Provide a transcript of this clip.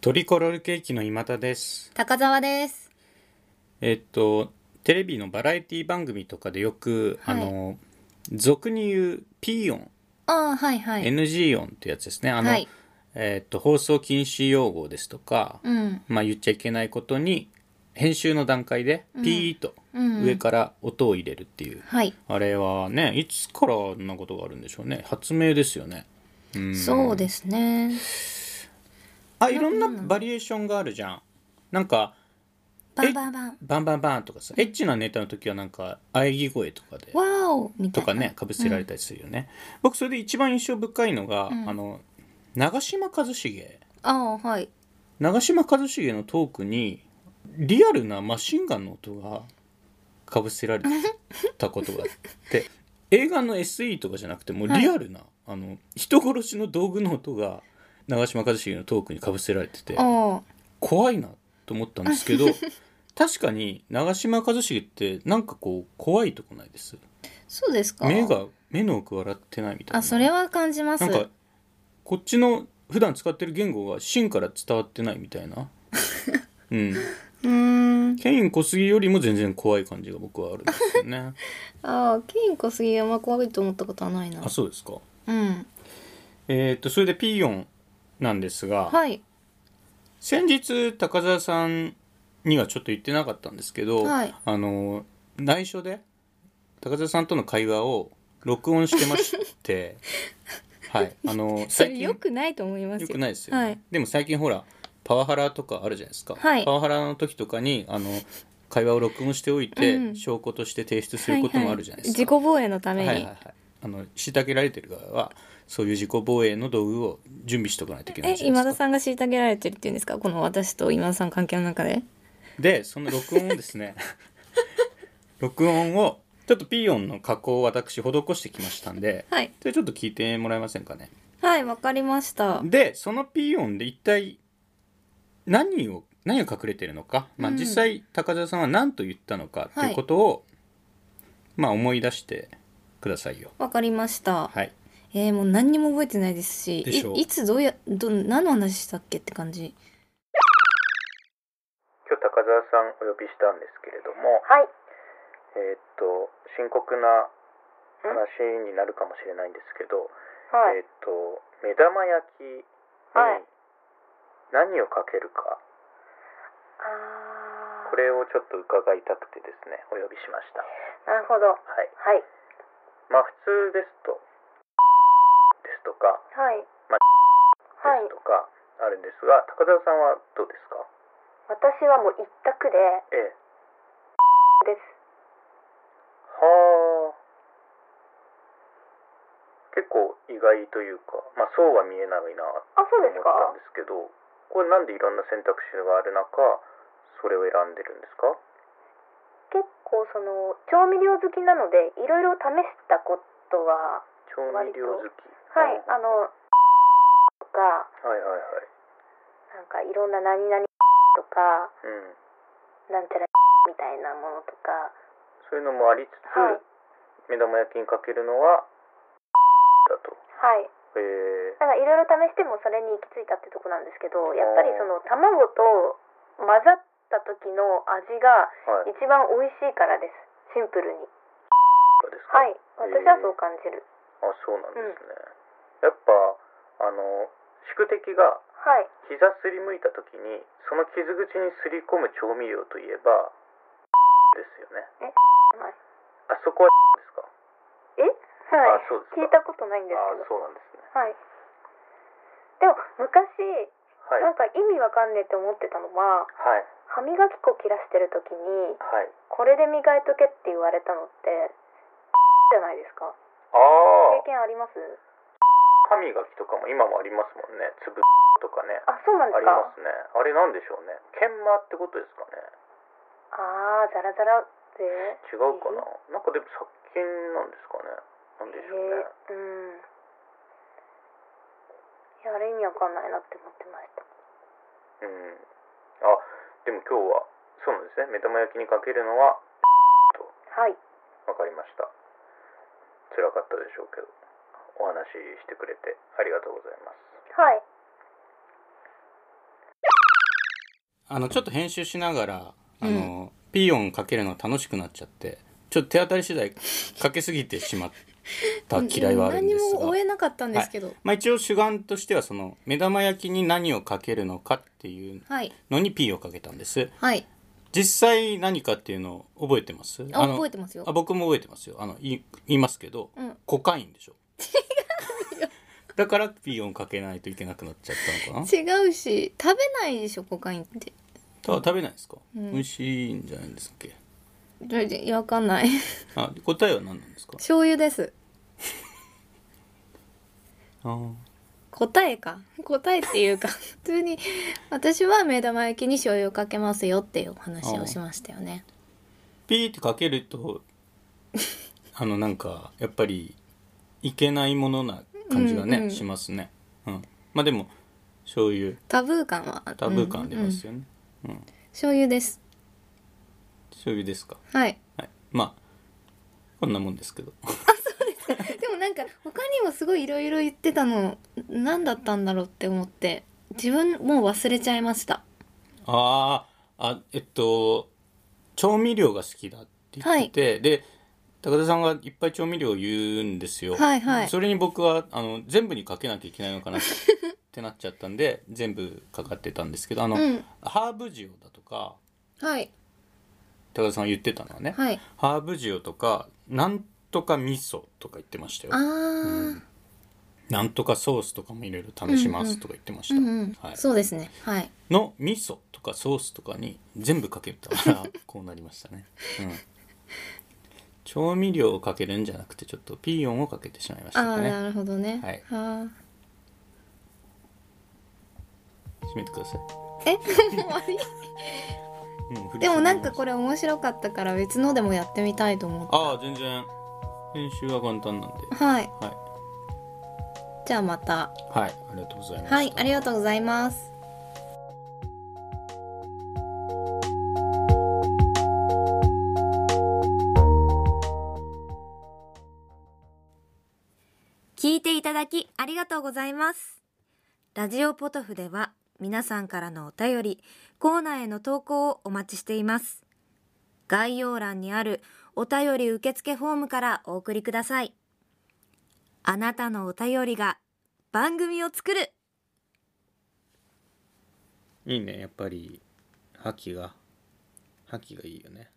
トリコロールケーキの今田です。高澤です。えっと、テレビのバラエティ番組とかでよく、はいあの、俗に言う P 音、ああ、はいはい。 NG 音ってやつですね。あの、はい。えっと、放送禁止用語ですとか、うん。まあ言っちゃいけないことに、編集の段階でピーとうん上から音を入れるっていう。はい。あれはね、いつからあんなことがあるんでしょうね。発明ですよね。そうですね。あ、いろんなバリエーションがあるじゃん。なんか、バンバンバン。バンバンバンとかさエッチなネタの時はなんか喘ぎ声とかでわーおみたといな。かねかぶせられたりするよね、僕それで一番印象深いのが、あの長嶋一茂ああ、はい。長嶋一茂のトークにリアルなマシンガンの音がかぶせられたことがあって 映画の SE とかじゃなくてもうリアルな、あの人殺しの道具の音が長嶋一茂のトークにかぶせられててああ。怖いなと思ったんです けど確かに長嶋一茂ってなんかこう怖いとこないですそうですか。目。が目の奥笑ってないみたいなあ、それは感じます。なんかこっちの普段使ってる言語が芯から伝わってないみたい なうんうーん。ケイン小杉よりも全然怖い感じが僕はあるんですよ ねああ、ケイン小杉あんま怖いと思ったことはないなあ。そうですかうん。えーっとそれでピーヨンなんですが、はい。先日高澤さんにはちょっと言ってなかったんですけど、はいあの内緒で高澤さんとの会話を録音してまして はいあのそ最れ近良くないと思いますよよ。くないですよね、はいでも最近ほらパワハラとかあるじゃないですか、はいパワハラの時とかにあの会話を録音しておいて、うん証拠として提出することもあるじゃないですか、はいはい自己防衛のために。はいはいはいあの虐げられてる側はそういう自己防衛の道具を準備しておかないといけなえい、じゃない今で田すかさんが虐げられてるっていうんですかこの私と今田さん関係の中で。でその録音をですね 録音をちょっとピーヨンの加工を私施してきましたんではい。それちょっと聞いてもらえませんかねはい、わかりました。でそのピーヨンで一体何を何が隠れてるのか、まあ、うん実際高田さんは何と言ったのかということを、まあ思い出してくださいよわかりました。はいえー、もう何にも覚えてないですしでしょういいつどうやど何の話したっけって感じ今日高澤さんお呼びしたんですけれどもはい、えっと深刻な話になるかもしれないんですけどはい、えっ、と目玉焼きにはい何をかけるか、あーこれをちょっと伺いたくてですねお呼びしましたなるほど。はいはい、まあ普通ですとですとかはい、まはいです、とかあるんですが、高田さんはどうですか私はもう一択でええです。はあ結構意外というかまあそうは見えないなあ、そうと思っですたんかで。すけどこれなんでいろんな選択肢がある中それを選んでるんですか結構その調味料好きなので、いろいろ試したことは、調味料好きはい、ああのとか、はいはいはいなんかいろんな何々とか、うんなんちゃら みたいなものとか、そういうのもありつつ、はい目玉焼きにかけるのはだとはい、へえなんかいろいろ試してもそれに行き着いたってとこなんですけど、やっぱりその卵と混ざった時の味がはい一番美味しいからです。シンプルに。ですかはい、私はそう感じる。あそうなんですね、やっぱあの宿敵がはい、膝すりむいた時にその傷口にすり込む調味料といえばですよねはいあそこはですかえ、はいあそうですか聞いたことないんですあけど。そうなんですねはい。でも昔、はいなんか意味わかんねえって思ってたのは、はい歯磨き粉切らしてる時にはいこれで磨いとけって言われたのって じゃないですか。経ああ験あります？歯磨きとかも今もありますもんね粒とかねあ、そうなんあでりすまか。すねあれなんでしょうね研磨ってことですかねああー、ザラザラで。違うかな、なんかでも殺菌なんですかねなんでしょうね、えーうん。いやあれ意味わかんないなって思ってました。うんあでも今日はそうなんですね目玉焼きにかけるのははい。わかりました辛かったでしょうけどお話ししてくれてありがとうございますはい。あのちょっと編集しながらあの、ピーヨンかけるのが楽しくなっちゃってちょっと手当たり次第かけすぎてしまった嫌いはあるんです何がも追えなかったんですけどまあ、一応主眼としてはその目玉焼きに何をかけるのかっていうはいのに P をかけたんですはい、実際何かっていうのを覚えてますあの覚えてますよあ僕も覚えてますよあのい言いますけど、うんコカインでしょ だからピーヨンかけないといけなくなっちゃったのかな違うし食べないでしょコカインってただ食べないですか、うん美味しいんじゃないですかどれでいやわかんない あ答えは何なんですか醤油ですあー答えか答えっていうか 普通に私は目玉焼きに醤油をかけますよっていうお話をしましたよねピーってかける とあのなんかやっぱりいけないものな感じがね、うんうんしますね、うん、まあでも醤油タブー感はタブー感出まうんすよね、醤油です醤油ですかはいはいまあこんなもんですけどでもなんか他にもすごいいろいろ言ってたの何だったんだろうって思って自分もう忘れちゃいましたあーあえっと調味料が好きだって言ってて、で高田さんがいっぱい調味料を言うんですよ、はいはいそれに僕はあの全部にかけなきゃいけないのかなってってなっちゃったんで全部かかってたんですけどあの、うんハーブ塩だとかはい高田さんが言ってたのはね、はいハーブ塩とかなんとか味噌とか言ってましたよああ、なんとかソースとかもいろいろ試しますとか言ってましうた、んうん、はい、そうですねはいの味噌とかソースとかに全部かけた からこうなりましたね、うん、調味料をかけるんじゃなくてちょっとピーヨンをかけてしまいましたああかーねなるほどね、はいあ閉めてください、ーえ もう終わ りうん古いでもなんとか思こいれ面白かったから別のでもやってみたいと思っますああ全然編集は簡単なんでてはいはじゃあまたい、はい、ありがとうございましたはいありがとうございます聞いていただきありがとうございます。ラジオポトフでは皆さんからのお便り、コーナーへの投稿をお待ちしています。概要欄にあるお便り受付フォームからお送りください。あなたのお便りが番組を作るいいねやっぱり覇気が覇気がいいよね